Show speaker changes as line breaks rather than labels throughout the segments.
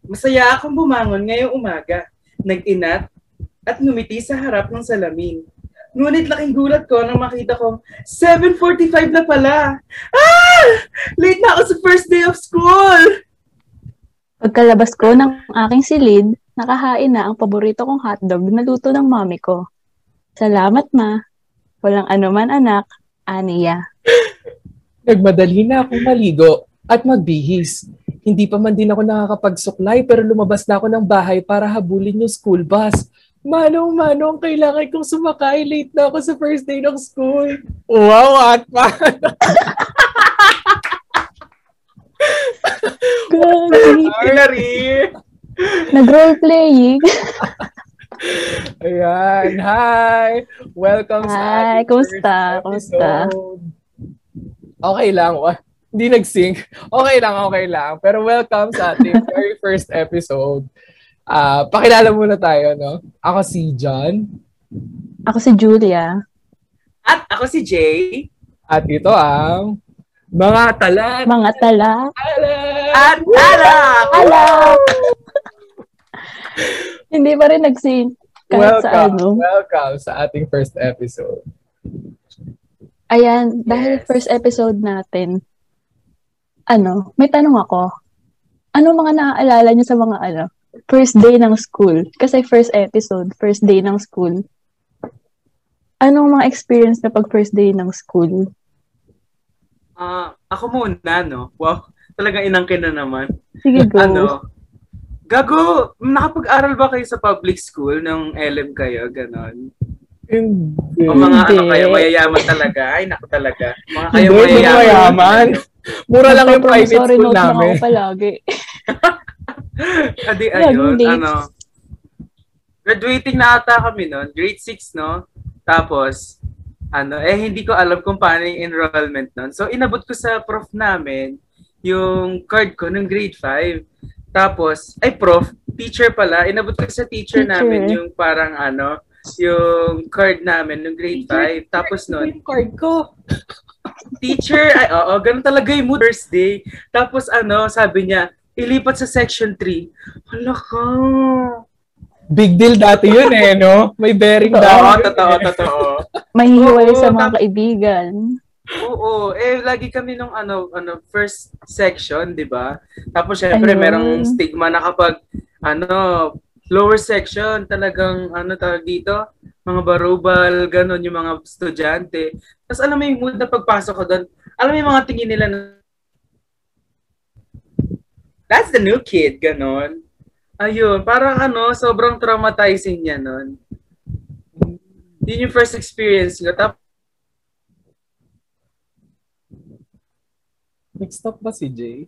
Masaya akong bumangon ngayong umaga. Nag-inat at ngumiti sa harap ng salamin. Ngunit laking gulat ko nang makita kong 7.45 na pala. Ah! Late na ako sa first day of school!
Pagkalabas ko ng aking silid, nakahain na ang paborito kong hotdog na luto ng mami ko. Salamat, ma. Walang anuman, anak. Aniya.
Nagmadali na akong maligo at magbihis. Hindi pa man din ako nakakapagsuklay pero lumabas na ako ng bahay para habulin yung school bus. Manong-manong, kailangan kong sumakay. Late na ako sa first day ng school. Wow, at pa!
Grabe.
Hilary!
Nag-role-playing.
Ayan, hi! Welcome sa
Hi,
ating
kumusta?
first episode. Okay lang. Wa- Hindi nag-sync. Okay lang, okay lang. Pero welcome sa ating very first episode. Ah, pakilala muna tayo, no? Ako si John.
Ako si Julia.
At ako si Jay.
At ito ang mga talat.
Mga tala.
Talat!
At Alak!
Ala! Hindi pa rin nag-sync. Kahit sa
Welcome,
ano.
welcome sa ating first episode.
Ayan, dahil
Yes.
first episode natin, ano, may tanong ako. Ano mga naaalala niyo sa mga ano, first day ng school? Kasi first episode, first day ng school. Anong mga experience na pag first day ng school?
Ah, ako muna, no? Wow, talagang inangkin na naman.
Sige, go.
Ano? Gago, nakapag-aral ba kayo sa public school nung LM kayo? Ganon.
Hindi.
O mga ano
Hindi.
kayo, mayayaman talaga. Ay, naku talaga. Mga kayo
Hindi, hindi
mayayaman.
mayaman. Mura lang yung private
Nagpa-promissory
school
note lang
namin.
ako palagi.
Adi,
Yun,
ayun,
dates.
ano. Graduating na ata kami noon. Grade 6, no? Tapos, ano, eh hindi ko alam kung paano yung enrollment noon. So, inabot ko sa prof namin yung card ko nung grade 5. Tapos, ay prof, teacher pala. Inabot ko sa teacher,
Teacher.
namin yung parang ano, yung card namin nung grade 5. Tapos noon,
Yung card ko.
teacher, ay, oo, ganun talaga yung mood first day. Tapos ano, sabi niya, ilipat sa section 3. Hala ka.
Big deal dati yun eh, no? May bearing
Totoo,
daw.
Oo,
yun
totoo,
eh.
totoo.
Mahihiwalay
Oo,
sa mga
tama.
kaibigan.
Oo, eh, lagi kami nung ano, ano, first section, di ba? Tapos, syempre,
Ayun.
merong stigma na kapag, ano, lower section, talagang, ano, tawag dito, mga barubal, ganun, yung mga estudyante. Tapos, alam mo yung mood na pagpasok ko doon, alam mo yung mga tingin nila na, that's the new kid, ganun. Ayun, parang ano, sobrang traumatizing niya nun. Yun yung first experience ko. Tapos,
Mixed up ba si Jay?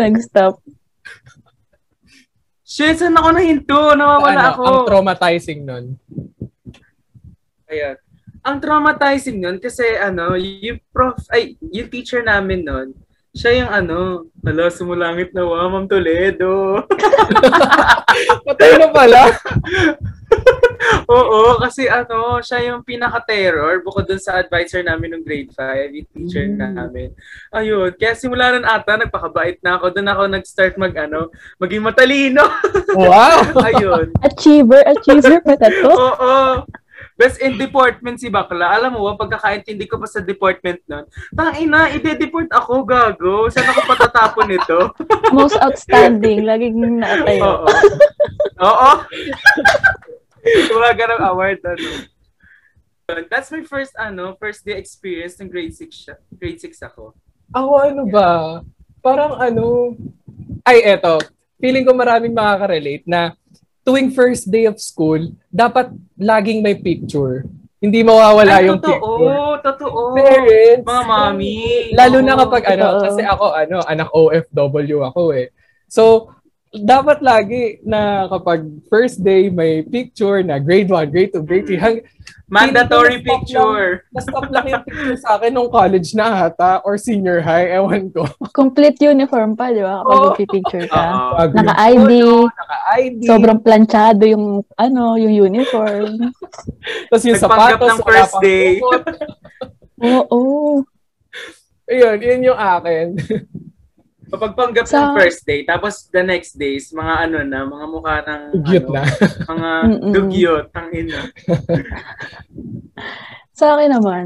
Nag-stop.
Shit, saan ako nahinto? Nawawala
Ano,
ako.
Ang traumatizing nun.
Ayan. Ang traumatizing nun kasi ano, yung prof, ay, yung teacher namin nun, siya yung ano, hala, sumulangit na wa, Ma'am Toledo.
Patay na pala.
Oo, kasi ano, siya yung pinaka-terror bukod dun sa advisor namin nung grade 5, yung teacher
Mm.
namin. Ayun, kaya simula nun ata, nagpakabait na ako. Doon ako nag-start mag ano, maging matalino.
wow!
Ayun.
Achiever, achiever pa na to.
Oo. Best in deportment si Bakla. Alam mo ba, pagkakaintindi ko pa sa deportment nun, tangina, ide-deport ako, gago. Saan ako patatapon nito?
Most outstanding. Laging
Oo.
naatayo.
Oo. Tumaga ng award. Ano. That's my first, ano, first day experience ng grade 6 siya. Grade 6 ako.
Ako ano ba? Parang ano... Ay, eto. Feeling ko maraming makaka-relate na tuwing first day of school, dapat laging may picture. Hindi mawawala yung picture.
totoo, totoo.
Parents,
Mga mami.
Lalo na
Oo.
kapag ano,
totoo.
kasi ako ano, anak OFW ako eh. So, dapat lagi na kapag first day may picture na grade 1, grade 2, grade 3, hang,
Mandatory
Hindi ko na-stop
picture.
na-stop lang yung picture sa akin nung college na ata or senior high, ewan ko.
Complete uniform pa, di ba? Kapag
Oo.
magpipicture ka.
Oo.
Bago yung
Naka-ID.
photo, Naka-ID.
Sobrang planchado yung, ano, yung uniform.
Tapos yung
Nagpanggap
sapatos,
ng
wala
first
pang
day.
bukod.
Oo.
Ayun, yun yung akin.
Papagpanggap
Sa-
ng first day, tapos the next days, mga ano na, mga mukha ng,
Cute
ano,
na.
mga
Mm-mm.
dugyot, tangina.
Sa akin naman,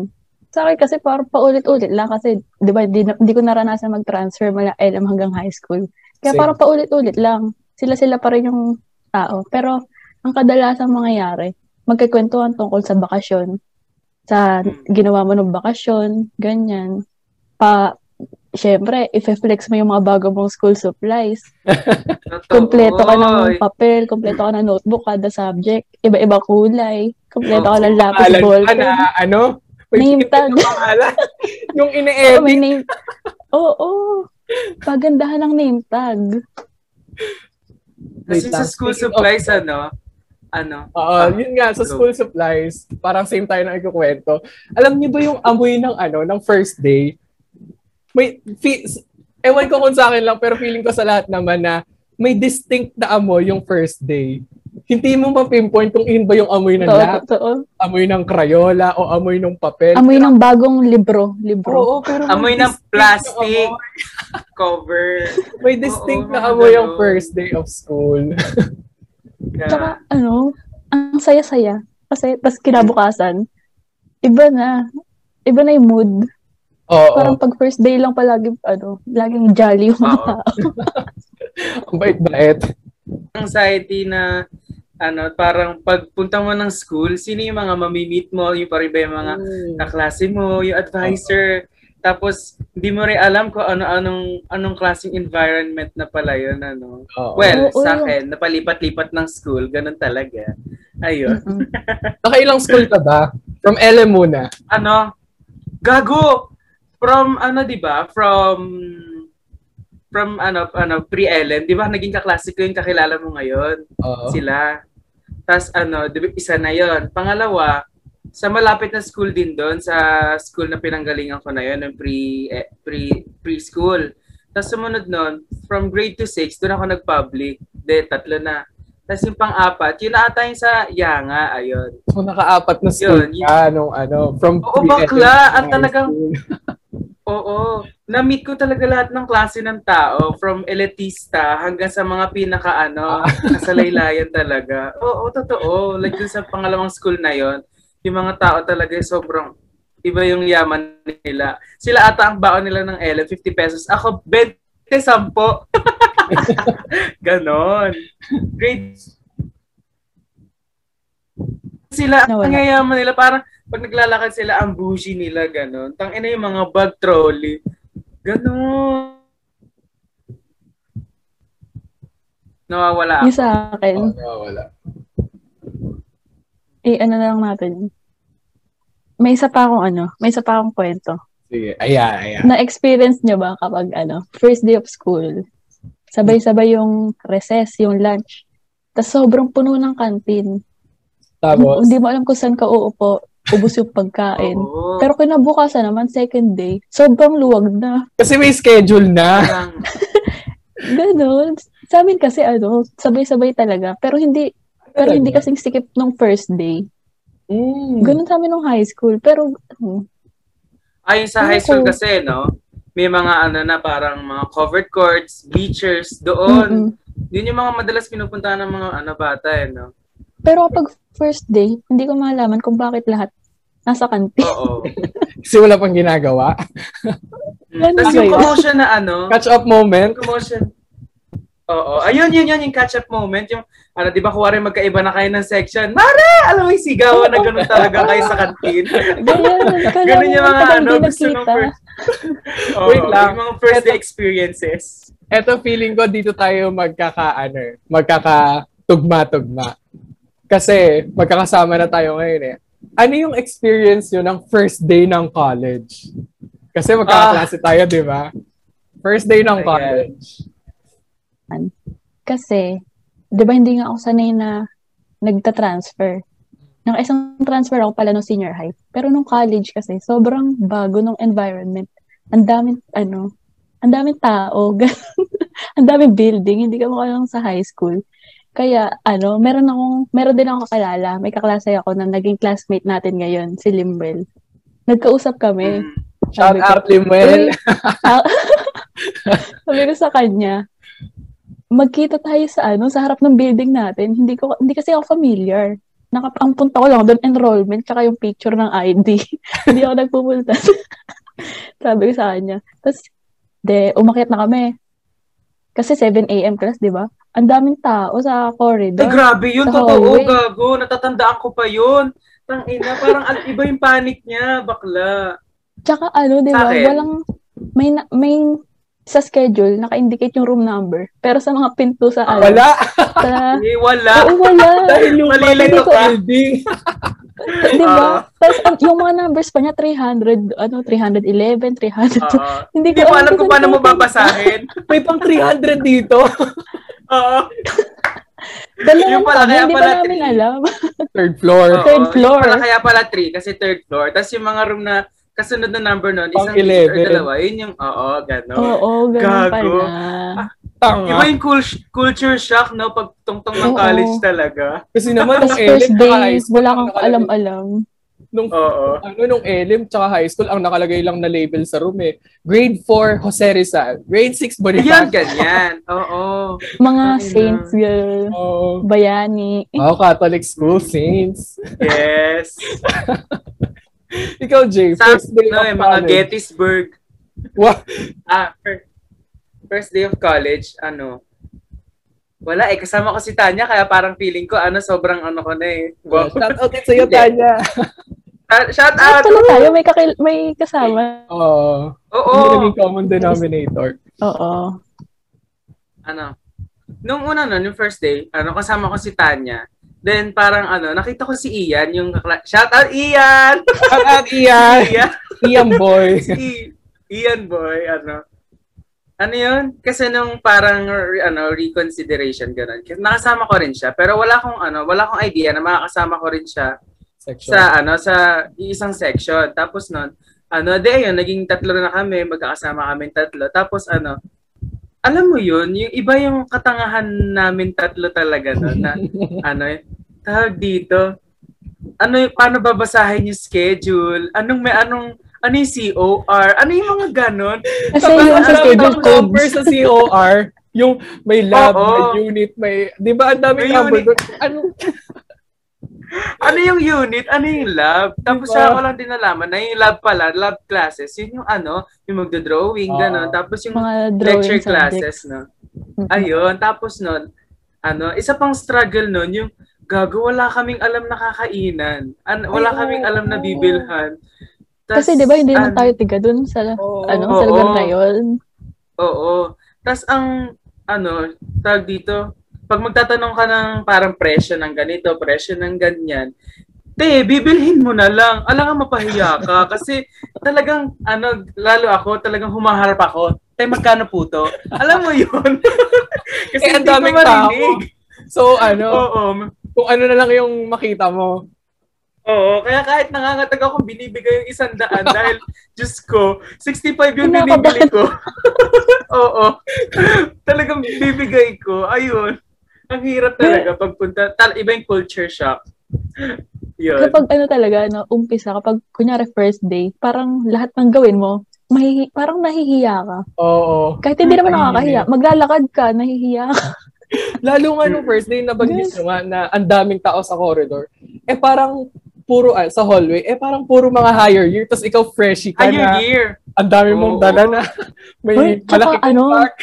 sa akin kasi parang paulit-ulit lang kasi, di ba, di, na- di ko naranasan mag-transfer mula LM hanggang high school. Kaya
Same.
parang paulit-ulit lang. Sila-sila pa rin yung tao. Pero, ang kadalasang mangyayari, magkikwentuhan tungkol sa bakasyon, sa ginawa mo ng bakasyon, ganyan. Pa, syempre, i-flex mo yung mga bago mong school supplies,
Totoo.
Kompleto ka
Oy.
ng papel, kompleto ka ng notebook, kada subject, iba-iba kulay, kompleto ka ng lapis,
Alam
ball,
ka na, ano?
Name
pinipit
tag.
na pangalan. yung
Oh, may
ine-edit.
name. Oo. Pagandahan ng name tag.
Kasi sa
Wait
ah.
lang.
school
Speaking of-
supplies, ano, ano,
Oo, yun nga, sa
Go.
school supplies, parang same tayo na ikukwento. Alam niyo ba yung amoy ng ano, ng first day? May, fi, ewan ko kung sa akin lang, pero feeling ko sa lahat naman na may distinct na amoy yung first day. Hindi mo ma-pinpoint kung yun ba yung amoy ng
Totoo,
lap,
totoo.
amoy ng Crayola, o amoy ng papel.
Amoy ng bagong libro. Libro.
Oo, pero may
amoy ng
distinct na
plastic
amoy.
cover.
May distinct
Oo,
na amoy
ganun.
yung first day of school.
Yeah.
Tsaka, ano, ang saya-saya. Kasi, tas kinabukasan, iba na. Iba na yung mood.
Oo.
Parang pag first day lang palagi, ano, laging jolly yung mga
Oo.
tao.
Ang bait-bait.
anxiety na ano, parang pagpunta mo ng school, sino yung mga mamimit mo, yung pa rin ba yung mga kaklase mo, yung advisor, tapos hindi mo rin alam kung ano-anong anong klaseng environment na pala yun, ano.
Oo.
Well,
Oo,
sa
yun.
akin, napalipat-lipat ng school, ganun talaga. Ayun.
Mm-mm.
Nakailang school ka ba? From LM muna.
Ano? Gago! From, ano, di ba? From, from, ano, ano, pre-LM, di ba? Naging kaklase ko yung kakilala mo ngayon.
Oo.
sila. Tapos ano, di ba, isa na yon Pangalawa, sa malapit na school din doon, sa school na pinanggalingan ko na yon ng pre, eh, pre, preschool. Tapos sumunod nun, from grade to 6, doon ako nag-public. De, tatlo na. Tapos yung pang-apat, yun na ata yung sa Yanga, ayun.
So, nakaapat na school
Yun, yun.
ka nung ano, from
Oo,
pre-LM
bakla.
to
Ang
high
talagang-
school.
Oo. Na-meet ko talaga lahat ng klase ng tao, from elitista hanggang sa mga pinaka ano, kasalaylayan talaga. Oo, totoo. Like dun sa pangalawang school na yon, yung mga tao talaga sobrang iba yung yaman nila. Sila ata ang baon nila ng LM, 50 pesos. Ako, 20, 10. Ganon. Grade sila, ang
Nawala.
yayaman nila, parang pag naglalakad sila, ang bougie nila, ganon. Tangina yung mga bag trolley. Ganon. Nawawala
Yung
Ah,
ako.
sa
Oo,
akin,
nawawala.
eh, ano na lang natin. May isa pa akong ano, may isa pa akong kwento.
Sige, ayan, ayan.
Na-experience nyo ba kapag ano, first day of school, sabay-sabay yung recess, yung lunch, tas sobrang puno ng kantin.
Tapos,
Hindi mo alam kung saan ka uupo, ubus yung pagkain.
Oo.
Pero kinabukasan naman, second day, sobrang luwag na.
kasi may schedule na.
Parang-
Ganon. Sa amin kasi ano, sabay-sabay talaga. Pero hindi, pero hindi kasing sikip nung first day.
Mm.
Ganon sa amin nung high school. Pero, ano,
Ayun sa
Ano
high school
kung-
kasi, no? May mga ano na parang mga covered courts, bleachers,
mm-mm.
doon. Yun yung mga madalas pinupuntahan ng mga ano bata, eh, no?
pero kapag first day, hindi ko malaman kung bakit lahat nasa kantin.
Oo.
Kasi wala pang ginagawa.
Mm.
Ano
Tapos
ba
yung
yun?
commotion na ano,
Catch up moment.
yung commotion. Oo. Ayun, yun, yun, yung catch-up moment. Yung, ano, di ba, kuwari magkaiba na kayo ng section. Mara! Alam mo, yung sigawan na ganun talaga kayo sa kantin.
Ganyan, ganyan.
Ganun yung mga
Tagal
ano,
di
gusto ng
nagkita.
first. Oo,
Wait lang.
Yung mga first day experiences.
Eto feeling ko dito tayo magkaka ano, eh, magkakatugma-tugma. Kasi magkakasama na tayo ngayon eh. Ano yung experience nyo ng first day ng college? Kasi magkakaklase tayo, di ba? First day
Ayan.
ng college.
Kasi, di ba hindi nga ako sanay na nagta-transfer. Nang isang transfer ako pala nung senior high. Pero nung college kasi, sobrang bago nung environment. Ang daming, ano, ang daming tao. ganun. ang daming building. Hindi ka makalang sa high school. Kaya, ano, meron akong, meron din akong kakilala. May kaklase ako na naging classmate natin ngayon, si Limwell. Nagkausap kami.
Mm.
Shout
Sabi ko,
out Limuel.
Uy, ah, Sabi ko sa kanya, magkita tayo sa ano, sa harap ng building natin. Hindi ko hindi kasi ako familiar. Nakap ang punta ko lang doon enrollment kaka yung picture ng ID. hindi ako nagpupunta. Sabi ko sa kanya. Tapos, de, umakyat na kami. Kasi 7 a.m. class, di ba? Ang daming tao sa
Ay,
corridor.
grabe yun.
Sa
Totoo,
hallway.
gago. Natatandaan ko pa yun. Tang ina, parang al- iba yung panic niya, bakla.
Tsaka ano, di
Sa
ba?
akin.
Walang, may, na- may, sa schedule, naka-indicate yung room number. Pero sa mga pinto sa
Ah,
ano,
Wala!
sa,
Eh, wala.
Ah. oo, wala.
Dahil yung
Malilito ka.
patay sa building.
Di ba? Diba? Tapos ang- yung mga numbers pa niya, 300, ano, 311, 300.
Oo.
hindi
Hindi mo alam kung paano mo
saan-
babasahin.
May pang 300 dito.
Oo.
Dalawang
Yung pala,
kami,
kaya
hindi pa
pala
namin
three.
alam.
Third floor.
Oo. Third
Oo,
floor.
Yung pala kaya pala 3 kasi third floor. Tapos yung mga room na kasunod na number nun,
Pang
isang digit or
11.
dalawa. Yun yung, oo, gano'n.
Oo, ganun
Gago.
pala.
Iba
Tanga.
yung cul- culture shock, no? Pagtungtong ng
Oo.
college talaga.
Kasi naman
Tapos
nung
first
LM, tsaka
day,
high school,
wala
ang
kang
nakalagay-
alam-alam.
Nung,
Oo.
ano, nung LM tsaka high school, ang nakalagay lang na label sa room eh. Grade 4, Jose Rizal. Grade 6,
Ayan,
Bonifacio.
ganyan. Oo.
Mga
Ay,
saints, girl.
Oh,
Bayani.
oh, Catholic school, saints.
Yes.
Ikaw, Jay,
Sa
first day
no,
of
eh, mga
college.
Gettysburg.
Wow.
Ah, fir- first day of college, ano, wala eh, kasama ko si Tanya, kaya parang feeling ko, ano, sobrang ano ko na eh. Wow.
Shout out din sa'yo,
Hindi.
Tanya.
Ah, Shout
Lahat
out!
pala ano tayo, may, kakil- may kasama.
Oo.
Oo.
Hindi naging common denominator.
Oo.
ano, nung una nun, yung first day, ano, kasama ko si Tanya. Then parang ano, nakita ko si Ian, yung kakla- shout out Ian!
Shout out, Ian.
Ian,
Ian boy.
I- Ian boy, ano. Ano yun? Kasi nung parang re- ano, reconsideration, ganun. Kasi nakasama ko rin siya, pero wala akong ano, wala akong idea na makakasama ko rin siya
Section.
sa ano sa isang section. Tapos nun, ano, di ayun, naging tatlo na kami, magkakasama kami tatlo. Tapos ano, alam mo yun, yung iba yung katangahan namin tatlo talaga no, na ano, eh, tawag dito, ano, y- paano babasahin yung schedule? Anong may anong, ano yung COR? Ano yung mga ganon?
Kasi
Tapos
yung
ang
sa
dami
schedule
ng
codes.
number sa COR, yung may lab,
Oo.
may unit, may... Di ba, ang daming
May
number
unit.
doon. Ano?
Ano yung unit? Ano yung lab? Tapos
Diba?
saka ko lang din nalaman na yung lab pala, lab classes, yun yung ano, yung magdodrawing,
Oo.
ganon. Tapos yung
Mga drawing
lecture
subject.
classes, no? Ayun, tapos nun, ano, isa pang struggle nun, yung gago, wala kaming alam na kakainan. An- wala
Ay,
kaming
oo.
alam na bibilhan. Tas,
Kasi di ba, hindi
an-
naman tayo tiga dun sa,
Oo.
ano,
Oo.
sa lugar na yun.
Oo. Tapos ang, ano, tag dito, pag magtatanong ka ng parang presyo ng ganito, presyo ng ganyan, te, bibilhin mo na lang. Alam nga, mapahiya ka. Kasi talagang, ano, lalo ako, talagang humaharap ako. Te, magkano po to? Alam mo yun? Kasi
Eh, ang
hindi ko
daming tao.
marinig.
So, ano,
Oo.
kung ano na lang yung makita mo.
Oo. Kaya kahit nangangatag ako, binibigay yung isang daan dahil, Diyos ko, 65 yung
Kinakabahan.
binibili ko. Oo. Talagang bibigay ko. Ayun. Ang hirap talaga pagpunta. Tal iba yung culture shock. Yun.
Kapag ano talaga, no, umpisa, kapag kunyari first day, parang lahat ng gawin mo, mahihi, parang nahihiya ka.
Oo.
Kahit hindi naman
Ay,
nakakahiya, maglalakad ka, nahihiya ka.
Lalo nga nung first day na bagyos
Mm. Yes.
nga na ang daming tao sa corridor. Eh parang puro ah, sa hallway, eh parang puro mga higher year tapos ikaw freshie ka
Ay, yung
na.
year.
Ang dami mong
Oo.
dala na. May
Uy, tsaka
malaki kang
ano,
pack.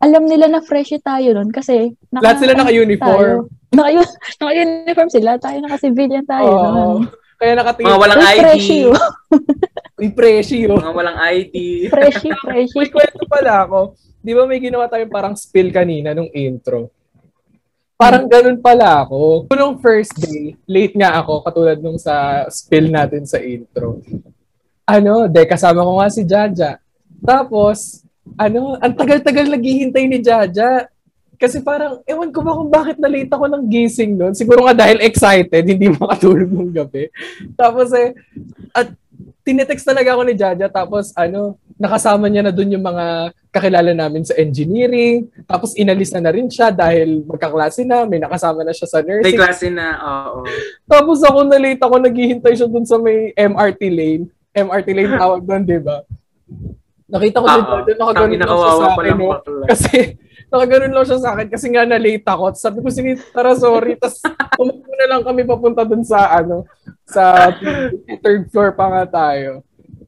Alam nila na fresh tayo nun kasi naka, ano
Lahat sila naka-uniform.
tayo. Naka- Naka-uniform sila, tayo naka-civilian tayo
Oo.
nun.
Kaya nakatingin.
Mga walang
Uy,
ID.
freshie, oh.
Uy, freshie oh. yun.
Mga walang ID.
freshie, freshie.
May kwento pala ako. Di ba may ginawa tayong parang spill kanina nung intro? Parang ganun pala ako. Nung first day, late nga ako, katulad nung sa spill natin sa intro. Ano, de, kasama ko nga si Jaja. Tapos, ano, ang tagal-tagal naghihintay ni Jaja. Kasi parang, ewan ko ba kung bakit na-late ako ng gising nun. Siguro nga dahil excited, hindi makatulog ng gabi. Tapos eh, at tinetext talaga ako ni Jaja. Tapos ano, nakasama niya na dun yung mga kakilala namin sa engineering. Tapos inalis na na rin siya dahil magkaklase na, may nakasama na siya sa
May
nursing.
klase na, oo.
Tapos ako na-late ako, naghihintay siya dun sa may MRT lane. MRT lane tawag doon, di ba? Nakita ko si
Oo.
Jordan,
Tangin
nakaganon
na
lang siya sa
Ah, kawawa pa
akin. eh.
lang
no?
bakla.
Kasi, nakaganon lang siya sa akin kasi nga na-late ako. Tapos Sabi ko, sige, tara, sorry. Tapos, tumakbo na lang kami papunta dun sa, ano, sa third floor pa nga tayo.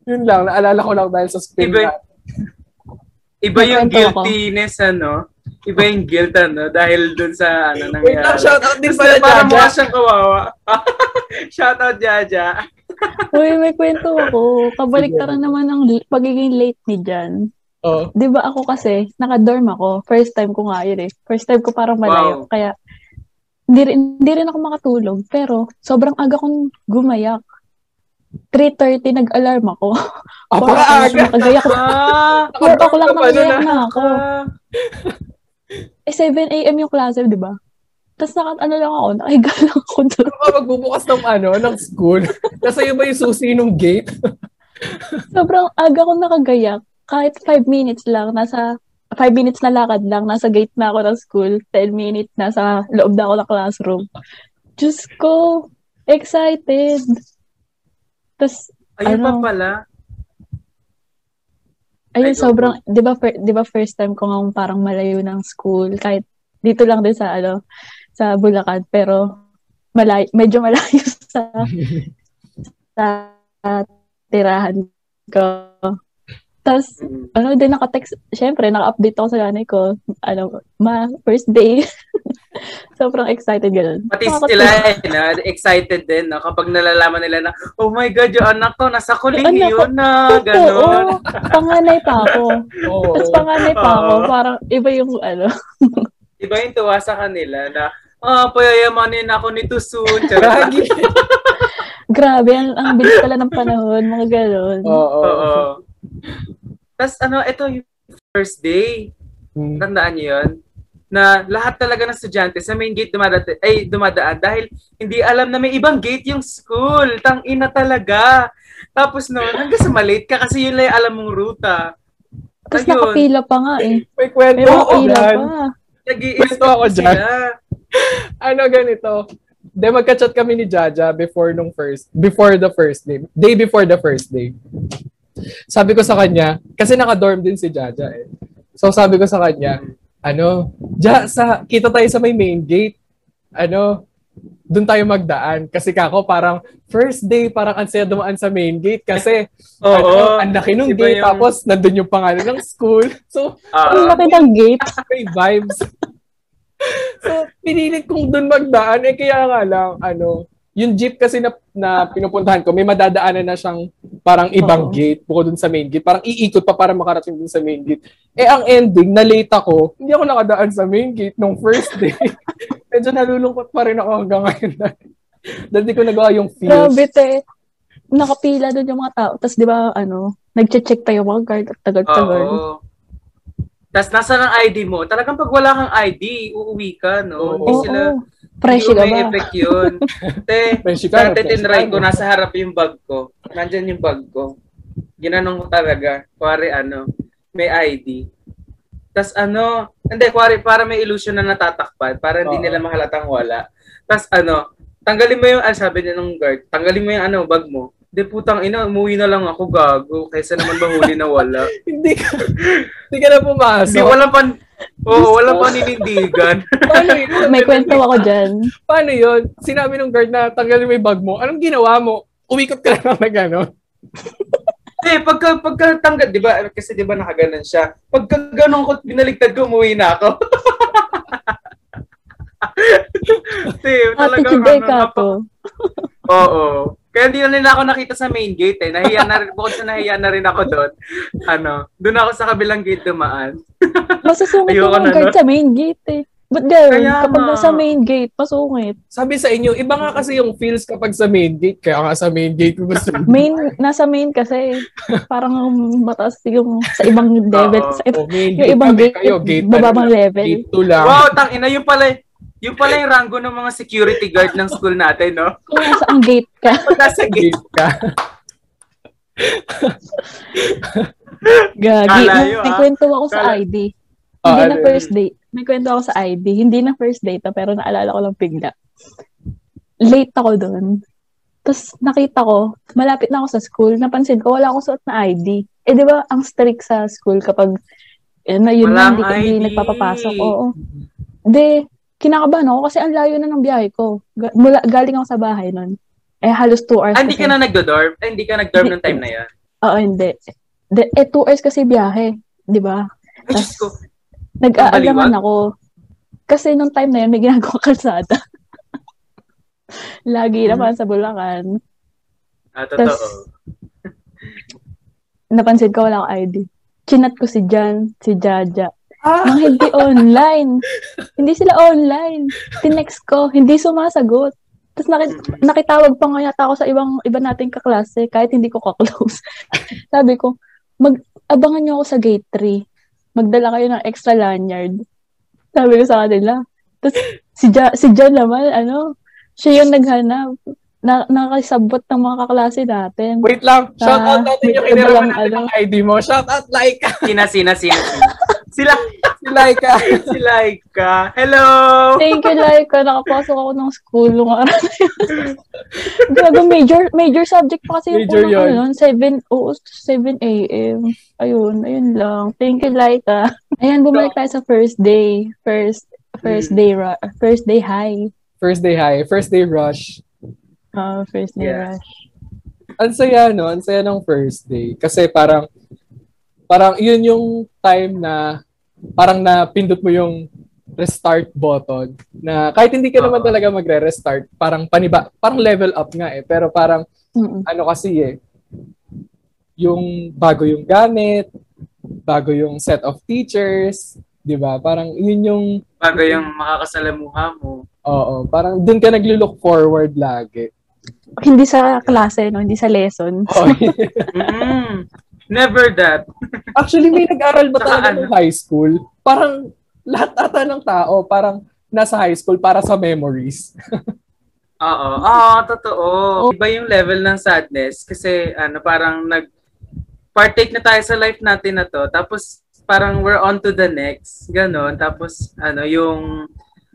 Yun lang, naalala ko lang dahil sa spin
Iba-
na-
Iba yung
Nagkwento ako.
guiltiness, ano? Iba yung guilt, ano? Dahil dun sa, ano,
Wait lang,
nangyari.
shoutout din
Tapos
pala,
parang mukha
Jaja.
siyang kawawa. shoutout, Jaja.
Uy, may kwento ako. Kabaliktaran naman ang l- pagiging late ni Jan.
Oh.
Di ba ako kasi, naka-dorm ako. First time ko nga yun eh. First time ko parang
Wow.
malayo. Kaya, hindi rin, hindi rin ako makatulog. Pero, sobrang aga kong gumayak. 3.30 nag-alarm ako.
Ah, Apakaaga.
Nagagayak ako.
Ah!
4 o'clock
Nakabarka pa nun,
nagagayak na ako.
ah.
Eh, 7 a.m. yung klase, di ba? Tapos naka, ano lang ako, nakahiga lang ako doon.
Ano ka magbubukas ng ano, ng school? Nasa iyo ba yung susi nung gate?
Sobrang aga ko nakagayak. Kahit 5 minutes lang, nasa 5 minutes na lakad lang, nasa gate na ako ng school. 10 minutes, nasa loob na ako ng classroom. Diyos ko, excited. Tapos,
Ayun pa
Ano?
pala. I
ayun,
don't
sobrang, di ba, fir- di ba first time ko nga parang malayo ng school, kahit dito lang din sa, ano, sa Bulacan, pero malay, medyo malayo sa, sa tirahan ko. Tapos,
Mm.
ano, din naka-text, syempre, naka-update ako sa nanay ko, ano, ma, first day. Sobrang excited ganun.
Pati
Nakakatuwa.
sila, eh, na, excited din, no? Kapag nalalaman nila na, oh my God, yung anak ko, nasa
Yung anak ko,
kolehiyo na,
Oo,
gano'n.
panganay pa ako.
Oo.
Tapos panganay pa ako,
Oo.
parang iba yung, ano,
Iba yung tuwa sa kanila na, ah, payayamanin ako nito soon. Charot.
Lagi.
grabe, ang, ang bilis pala ng panahon, mga ganun.
Oo.
Oo. Tapos ano, ito yung first day.
Hmm.
Tandaan niyo yun? Na lahat talaga ng estudyante sa main gate dumadaan, ay, dumadaan dahil hindi alam na may ibang gate yung school. Tang ina talaga. Tapos noon, hanggang sa malate ka kasi yun lang yung alam mong ruta.
Tapos
Ayun.
nakapila pa nga eh.
May kwento
May mga
ako
pila
dyan.
pa.
Nag-i-stop
Kwento ako dyan.
sila.
Ano ganito? De magka-chat kami ni Jaja before nung first, before the first day. Day before the first day. Sabi ko sa kanya, kasi naka-dorm din si Jaja eh. So sabi ko sa kanya, ano, ja, sa, kita tayo sa may main gate. Ano, doon tayo magdaan. Kasi kako parang first day, parang ang saya dumaan sa main gate kasi
Oo.
ano, ang laki nung
Iba
gate.
yung-
Tapos nandun yung pangalan ng school. So,
Ah,
Ang laki ng gate.
may vibes. so, pinilit kong dun magdaan. Eh, kaya nga lang, ano, yung jeep kasi na, na pinupuntahan ko, may madadaanan na siyang parang ibang
Oo.
gate bukod dun sa main gate. Parang iikot pa para makarating dun sa main gate. Eh, ang ending, na-late ako. Hindi ako nakadaan sa main gate nung first day. Medyo nalulungkot pa rin ako hanggang ngayon. Dahil di ko nagawa yung feel.
Grabe, te. Nakapila doon yung mga tao. Tapos, di ba, ano, nag-check tayo mga card at tagal-tagal.
ah, Oo. Tapos nasa ng ID mo? Talagang pag wala kang ID, uuwi ka, no? Hindi
Oo.
sila,
Fresh
hindi
ka
may
ba?
effect yun. Te,
Fresh ka,
dati
fresh
tinry
ka.
ko, nasa harap yung bag ko. Nandyan yung bag ko. Ginanong ko talaga. Kuwari, ano, may ID. Tapos ano, hindi, kuwari, para may illusion na natatakpan, para hindi
Oo.
nila mahalatang wala. Tapos ano, tanggalin mo yung, ah, sabi niya nung guard, tanggalin mo yung ano, bag mo. Di putang ina, umuwi na lang ako, gago. Kaysa naman bahuli na wala.
Hindi ka, hindi ka na pumasok.
Hindi, walang pan... Oo,
Gusto.
walang paninindigan.
Paano yun?
May kwento ako dyan.
paano yun? Sinabi nung guard na tanggalin mo yung bag mo. Anong ginawa mo? Umikot ka lang na gano'n.
Eh, pagka, pagka tanggal, di ba? Kasi di ba nakaganan siya. Pagka ganun ko, binaligtad ko, umuwi na ako. Te, talagang
Attitude eh,
ano,
kapo.
napa- Oo. Kaya hindi na nila ako nakita sa main gate eh. Nahiya na rin, bukod sa nahiya na rin ako doon. Ano, doon ako sa kabilang gate dumaan.
Masusungit
Ayoko
yung mga
na,
guard
no?
sa main gate eh. But girl,
Kaya
kapag
nga.
nasa main gate, masungit.
Sabi sa inyo, iba nga kasi yung feels kapag sa main gate. Kaya nga sa main gate ko gusto.
Main, nasa main kasi, eh. parang mataas yung sa ibang
Oo.
level. sa iba-
O, oh, main
yung ibang
kami
gate,
kayo, gate pa
bababang
rin.
level.
Gate 2 lang.
Wow, tang ina, yung pala, yung pala yung rango ng mga security guard ng school natin, no?
Kung nasa ang gate ka.
Pagka sa gate,
Gate ka.
Gagi.
Kalayo,
May
ah.
kwento ako sa
Kala-
ID.
Ah,
Hindi
ano
na
yun?
first date. May kwento ako sa ID. Hindi na first date, ah, pero naalala ko lang bigla. Late ako doon. Tapos nakita ko, malapit na ako sa school, napansin ko, wala akong suot na ID. Eh, di ba, ang strict sa school kapag, eh, na yun na,
Walang
hindi, hindi
ID.
nagpapapasok. Oo. Hindi, kinakabahan ako kasi ang layo na ng biyahe ko. Ga- mula, galing ako sa bahay nun. Eh, halos two hours.
Ah, hindi
kasi-
ka na nagdo-dorm? Ah, hindi ka nag-dorm nung time na yan?
Oo, hindi. De, eh, two hours kasi biyahe. Di ba?
Ay, Diyos ko.
Nag-aalaman ako. Kasi nung time na yun, may ginagawa kalsada. Lagi naman sa Bulacan.
Ah, totoo.
Tas- Napansin ko wala akong ID. Chinat ko si Jan, si Jaja.
Ah,
Nang hindi online. hindi sila online. Tinext ko, hindi sumasagot. Tapos naki- nakitawag pa nga yata ako sa ibang iba nating kaklase kahit hindi ko ka-close. Sabi ko, mag abangan niyo ako sa gate 3. Magdala kayo ng extra lanyard. Sabi ko sa kanila. Tapos si ja, si John naman, ano, siya yung naghanap. Na, nakasabot ng mga kaklase natin.
wait lang. Shout out
Ah,
natin yung
wait, ano
kiniraman
lang,
natin
ano?
ng ID mo. Shout out Laika.
Sina, sina, sina. sina. Sila,
Si Laika.
si Laika. Hello!
Thank you, Laika. Nakapasok ako ng school nung araw na yun. Grabe, major, major subject pa kasi yung
Major
unang ano
yun.
nun, 7, oo, 7 a.m. Ayun, ayun lang. Thank you, Laika. Ayan, bumalik tayo sa first day. First, first
Mm.
day, ru- first day high.
First day high. First day rush.
ah first day
Yeah.
rush.
ang saya, no? Ang saya ng first day. Kasi parang, parang yun yung time na, parang napindot mo yung restart button na kahit hindi ka naman
Oo.
talaga magre-restart, parang paniba, parang level up nga eh. Pero parang,
Mm-mm.
ano kasi eh, yung bago yung gamit, bago yung set of teachers, di ba? Parang yun yung,
Bago yung makakasalamuha mo.
oo, parang dun ka naglo-look forward lagi.
Hindi sa klase, no? Hindi sa lesson.
Oh,
Oo.
Mm, never that.
Actually, may nag-aral ba
Saka
talaga
ano?
ng high school? Parang lahat ata ng tao, parang nasa high school para sa memories.
Oo. Oo, totoo.
Oh.
Iba yung level ng sadness kasi ano, parang nag partake na tayo sa life natin na to. Tapos parang we're on to the next. Ganon. Tapos ano, yung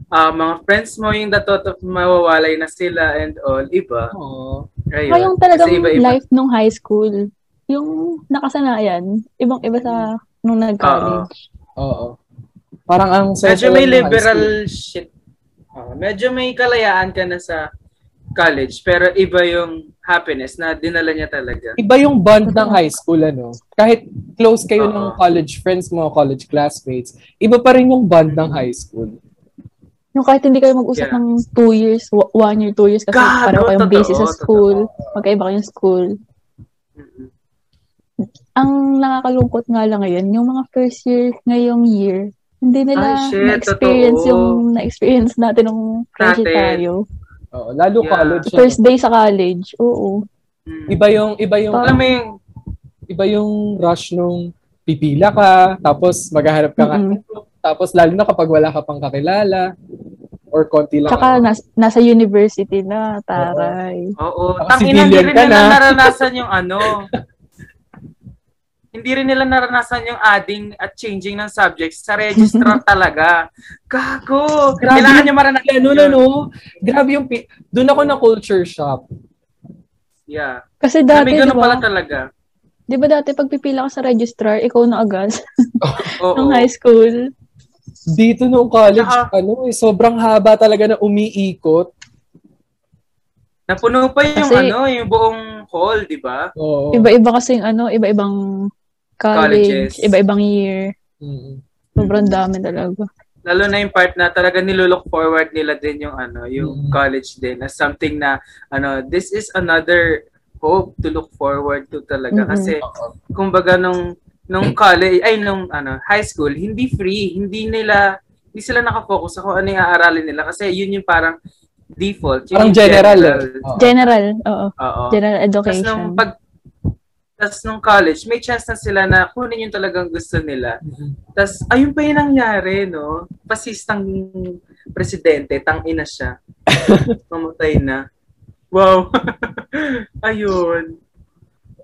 ah, mga friends mo, yung the thought of mawawalay na sila and all. Iba.
Oo.
Ayun.
Kaya yung talagang
Kasi iba-iba.
life nung high school, yung nakasanayan, ibang-iba sa nung nag-college.
Oo. Parang ang
Medyo
social
may
ng high school.
liberal shit. Oo, medyo may kalayaan ka na sa college. Pero iba yung happiness na dinala niya talaga.
Iba yung bond ng high school, ano. Kahit close kayo ng
Oo.
college friends mo, college classmates, iba pa rin yung bond ng high school.
Yung kahit hindi kayo mag-usap
Yeah.
ng two years, wa- one year, two years, kasi
Gago,
pareho kayong busy
totoo,
sa school, magkaiba kayong school.
Mm-mm.
Ang nakakalungkot nga lang ngayon, yung mga first year ngayong year, hindi nila
Ay, shit,
na-experience
totoo.
yung na-experience natin nung fresh
Natin.
tayo.
Oo, lalo
Yeah.
college. ano.
First day sa college, oo.
Mm.
Iba yung iba yung
Alam mo yung
iba yung rush nung pipila ka, tapos maghahanap ka nga.
Mm-mm.
Tapos lalo na kapag wala ka pang kakilala or konti lang.
Tsaka nas- nasa university na, taray.
Oo. Tang
Baka
ina, hindi
civilian
rin
ka
nila
na.
naranasan yung ano. hindi rin nila naranasan yung adding at changing ng subjects sa registrar talaga. Gago!
Grabe.
Kailangan niya maranasan
Ano
yun.
na no? Grabe yung... Pi- Doon ako na culture shock.
Yeah.
Kasi
Dati,
dati,
may
di
ganun pala
ba?
talaga.
Di ba dati pag pipila ka sa registrar, ikaw na agad
Oo.
nung high school.
Dito nung college,
Saka-
ano eh, sobrang haba talaga na umiikot.
Napuno pa yung
Kasi-
ano, yung buong hall, di ba?
Oo.
Iba-iba kasing ano, iba-ibang college,
Colleges.
iba-ibang year.
Mm.
Sobrang dami talaga.
Lalo na yung part na talaga nilulook forward nila din yung ano, yung
Mm.
college din as something na ano, this is another hope to look forward to talaga
Mm-mm.
kasi
Oo.
kumbaga nung nung college ay nung ano high school hindi free hindi nila hindi sila nakafocus sa kung ano yung aaralin nila kasi yun yung parang default yun
Parang
yung
general. eh. Oo.
General, oo.
oo
General
tapos
education.
nung pag tas nung college may chance na sila na kunin yung talagang gusto nila
Mm.
tas ayun pa yung nangyari no pasistang presidente tang ina siya mamatay na wow ayun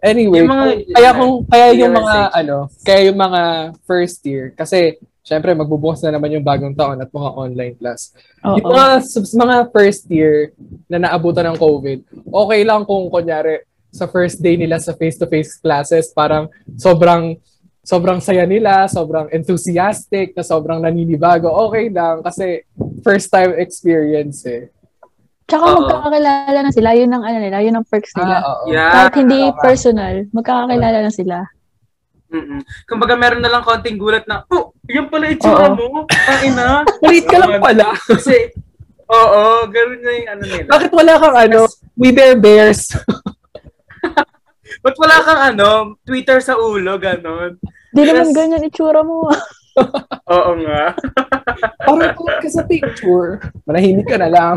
Anyway,
Yung mga-
kaya kung kaya yung mga
Realization.
ano, kaya yung mga first year kasi Siyempre, magbubukas na naman yung bagong taon at mga online class. Yung
Oo.
mga, subs- mga first year na naabutan ng COVID, okay lang kung kunyari sa first day nila sa face-to-face classes, parang sobrang sobrang saya nila, sobrang enthusiastic, na sobrang naninibago, okay lang kasi first time experience eh.
Tsaka
Oo. Ah,
magkakakilala na sila. Yun ang ano nila, yun ang perks nila.
Ah, oo.
Yeah.
Kahit hindi
tama.
personal, magkakakilala na sila.
Mm-mm. Kumbaga meron na lang konting gulat na, oh, yun pala itsura
Oo.
mo. Ang ina.
Wait ka lang pala.
Kasi, oo, ganun na yung ano nila.
Bakit wala kang ano, we bear bears?
Ba't wala kang ano, Twitter sa ulo, ganun?
Di naman
Yes.
ganyan itsura mo.
Oo nga.
Parang kung ka sa picture, manahimik ka na lang.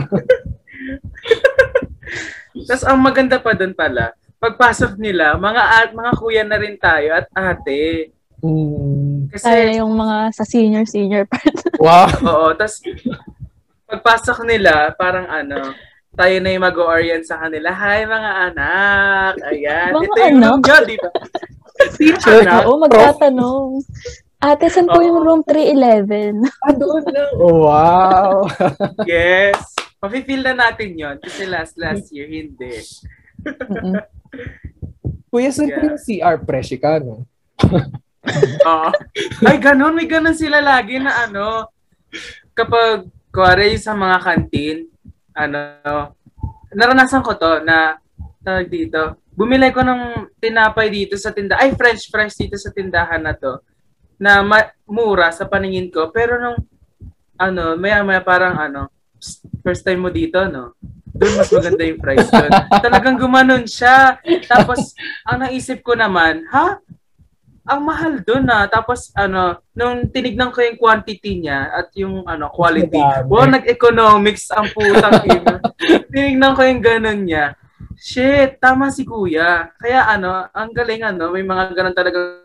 Tapos ang maganda pa doon pala, pagpasok nila, mga at mga kuya na rin tayo at ate.
Mm.
Kasi,
Tayo yung mga sa senior-senior part.
Wow.
oo, tapos pagpasok nila, parang ano, tayo na yung mag-orient sa kanila. Hi, mga anak! Ayan.
Mga
Ito yung
anak?
room nyo, di ba?
Teacher,
Anak?
Oo, magtatanong. Ate, saan po
Oo.
yung room 311?
ah, doon lang. Oh, wow.
Yes. Mafe-feel na natin yon kasi last last year hindi.
Mm-mm.
Kuya, saan po
Yeah.
yung CR presyo ka, no?
Oo. Ay, ganun. May ganun sila lagi na ano, kapag kuwari sa mga kantin, ano, naranasan ko to na, tawag dito, bumili ko ng tinapay dito sa tindahan, ay, french fries dito sa tindahan na to, na ma- mura sa paningin ko, pero nung, ano, maya-maya parang ano, "Psst, first time mo dito, no? Doon mas maganda yung price doon. Talagang gumanon siya. Tapos, ang naisip ko naman, ha? ang mahal doon na tapos ano nung tinignan ko yung quantity niya at yung ano quality
Madami.
wow nag-economics ang putang ina tinignan ko yung ganun niya shit tama si kuya kaya ano ang galing ano may mga ganun talaga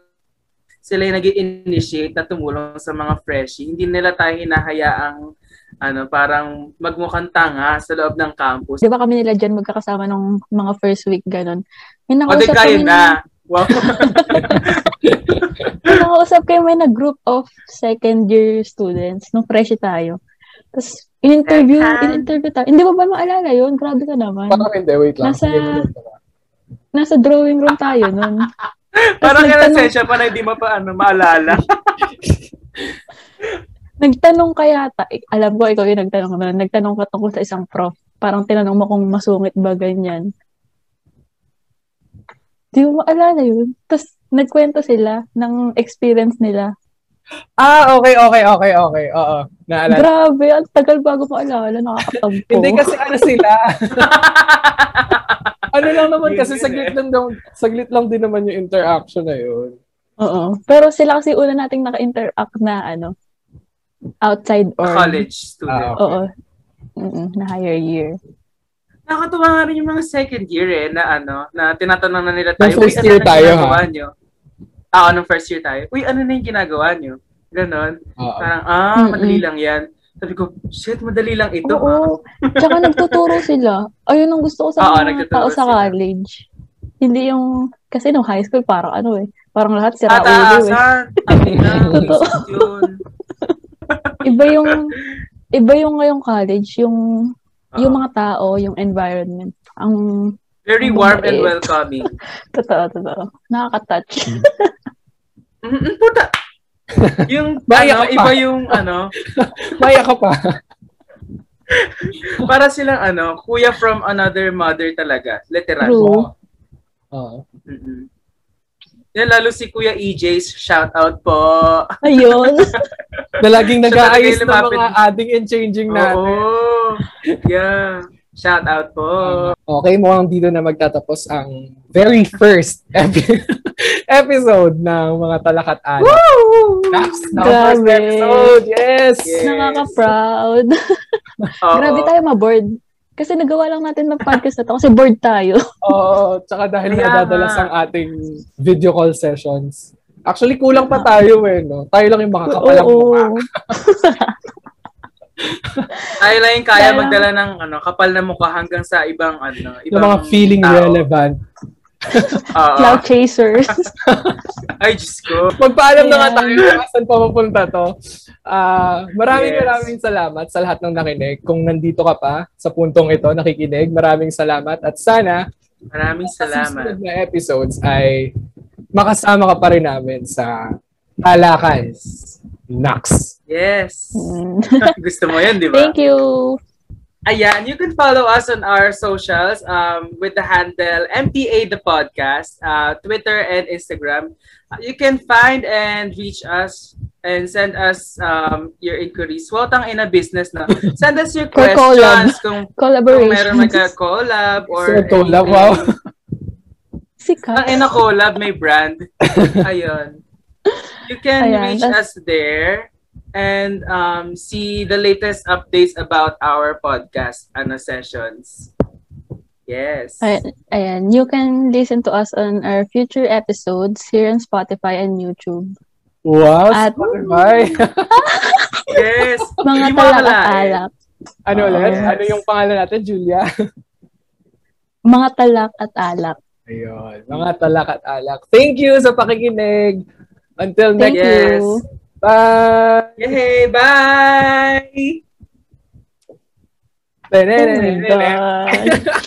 sila yung nag-initiate na tumulong sa mga freshie hindi nila tayo hinahayaang ano parang magmukhang tanga sa loob ng campus
Di ba kami nila dyan magkakasama nung mga first week, ganun. May
o Oh, di
nakausap
kayo
kami na-
na wow
May nakausap kayo may na group of second year students nung fresh tayo. Tapos, in-interview,
Teka.
in-interview tayo. Hindi mo ba maalala yun? Grabe ka naman.
Parang hindi, wait lang.
Nasa-
Sige, wait lang.
Nasa drawing room tayo nun.
parang
nagtanong-
kinasensya pa na hindi mo pa ano maalala
Nagtanong kaya, ta, eh, alam ko ikaw yung nagtanong nun. Nagtanong ka tungkol sa isang prof. Parang tinanong mo kung masungit ba ganyan. Di mo maalala yun. Tapos, nagkwento sila ng experience nila.
Ah, okay, okay, okay, okay. Oo, naalala.
Grabe, ang tagal bago maalala. Nakakatampo.
Hindi kasi ano sila. ano lang naman
Yun
kasi
yun
saglit lang, daw- saglit lang din naman yung interaction na yun.
Oo. Pero sila kasi una nating naka-interact na ano, outside or
college student
Ah,
Oo. Mm-mm, na higher year.
Nakakatuwa nga rin yung mga second year eh, na ano, na tinatanong na nila
Nung
tayo.
first
"Uy,
year
ano na
tayo,
ginagawa nyo?" Ah, nung first year tayo. Uy, ano na yung ginagawa nyo? Ganon.
Oo.
Parang, ah,
Mm-mm.
madali lang yan. Sabi ko, shit, madali lang ito. ah."
Oo. Tsaka nagtuturo sila. Ayun ang gusto ko sa
Oo,
mga
nagtuturo
tao sa
sila.
college. Hindi yung, kasi nung high school, parang ano eh, parang lahat sira
At
ulo eh.
aasan, tapos na,
Totoo.
waste yun.
Iba yung, iba yung ngayong college, yung,
Oo.
yung mga tao, yung environment. Ang,
Very warm and
Mabait.
welcoming.
totoo, totoo. Nakaka-touch.
Mm, puta! Yung, ano,
Maya ka pa.
iba yung, ano,
Maya ka pa.
para silang, ano, kuya from another mother talaga. Literal.
True. Oo.
Oo.
mm Yan, lalo si Kuya EJ's shout out po.
Ayun.
Na laging
Siya talaga
nag-aayos
yung
ng mga
lumapit.
adding and changing natin.
Oo. Yeah. Shout out po.
Ah. Okay, mukhang dito na magtatapos ang very first epi- episode ng mga Talakat Ani.
Woo!
That's the first
Grabe.
episode! Yes!
Yes.
Nakaka-proud.
Oo.
Grabe tayo ma-board. Kasi nagawa lang natin ng podcast na to kasi bored tayo.
Oo, tsaka dahil
Kaya
nadadalas
nga.
ang ating video call sessions. Actually, kulang pa tayo eh, no? Tayo lang yung makakapalang mukha.
Oo.
Tayo lang yung kaya
Kaya-
magdala ng ano, kapal na mukha hanggang sa ibang ano,
Yung
ibang
mga feeling
tao.
relevant.
Oo.
Cloud chasers.
Ay, Diyos ko.
Magpaalam na nga
Yeah.
tayo kung saan pa mapunta to. Ah, maraming
Yes.
maraming salamat sa lahat ng nakinig. Kung nandito ka pa sa puntong ito, nakikinig, maraming salamat. At sana,
Maraming
sa susunod
salamat.
na episodes ay makasama ka pa rin namin sa Talakan Nax.
Yes.
Mm.
Gusto mo yun, di ba?
Thank you.
Ayan, you can follow us on our socials um, with the handle MPA The Podcast, uh, Twitter and Instagram. Uh, You can find and reach us and send us um, your inquiries. Wotang in a business na. Send us your
Or collab.
questions kung, kung meron
Collaboration.
magka-collab or...
Sir Tola,
anything.
wow.
Ang
Sikat.
ina Ah, collab, may brand. Ayun. You can
Ayan,
reach us
tas-
there and um, see the latest updates about our podcast ano sessions. Yes.
Ayan, ayan, you can listen to us on our future episodes here on Spotify and YouTube.
Wow,
At-
Spotify.
Yes.
Mga
Hindi mo akalain.
talak-alak.
ano ulit?
Yes.
Ano yung pangalan natin, Julia?
Mga talak at alak.
Ayun, mga talak at alak. Thank you sa pakikinig. Until
Thank
next,
Yes.
you.
bye!
Yay, bye!
Oh my God.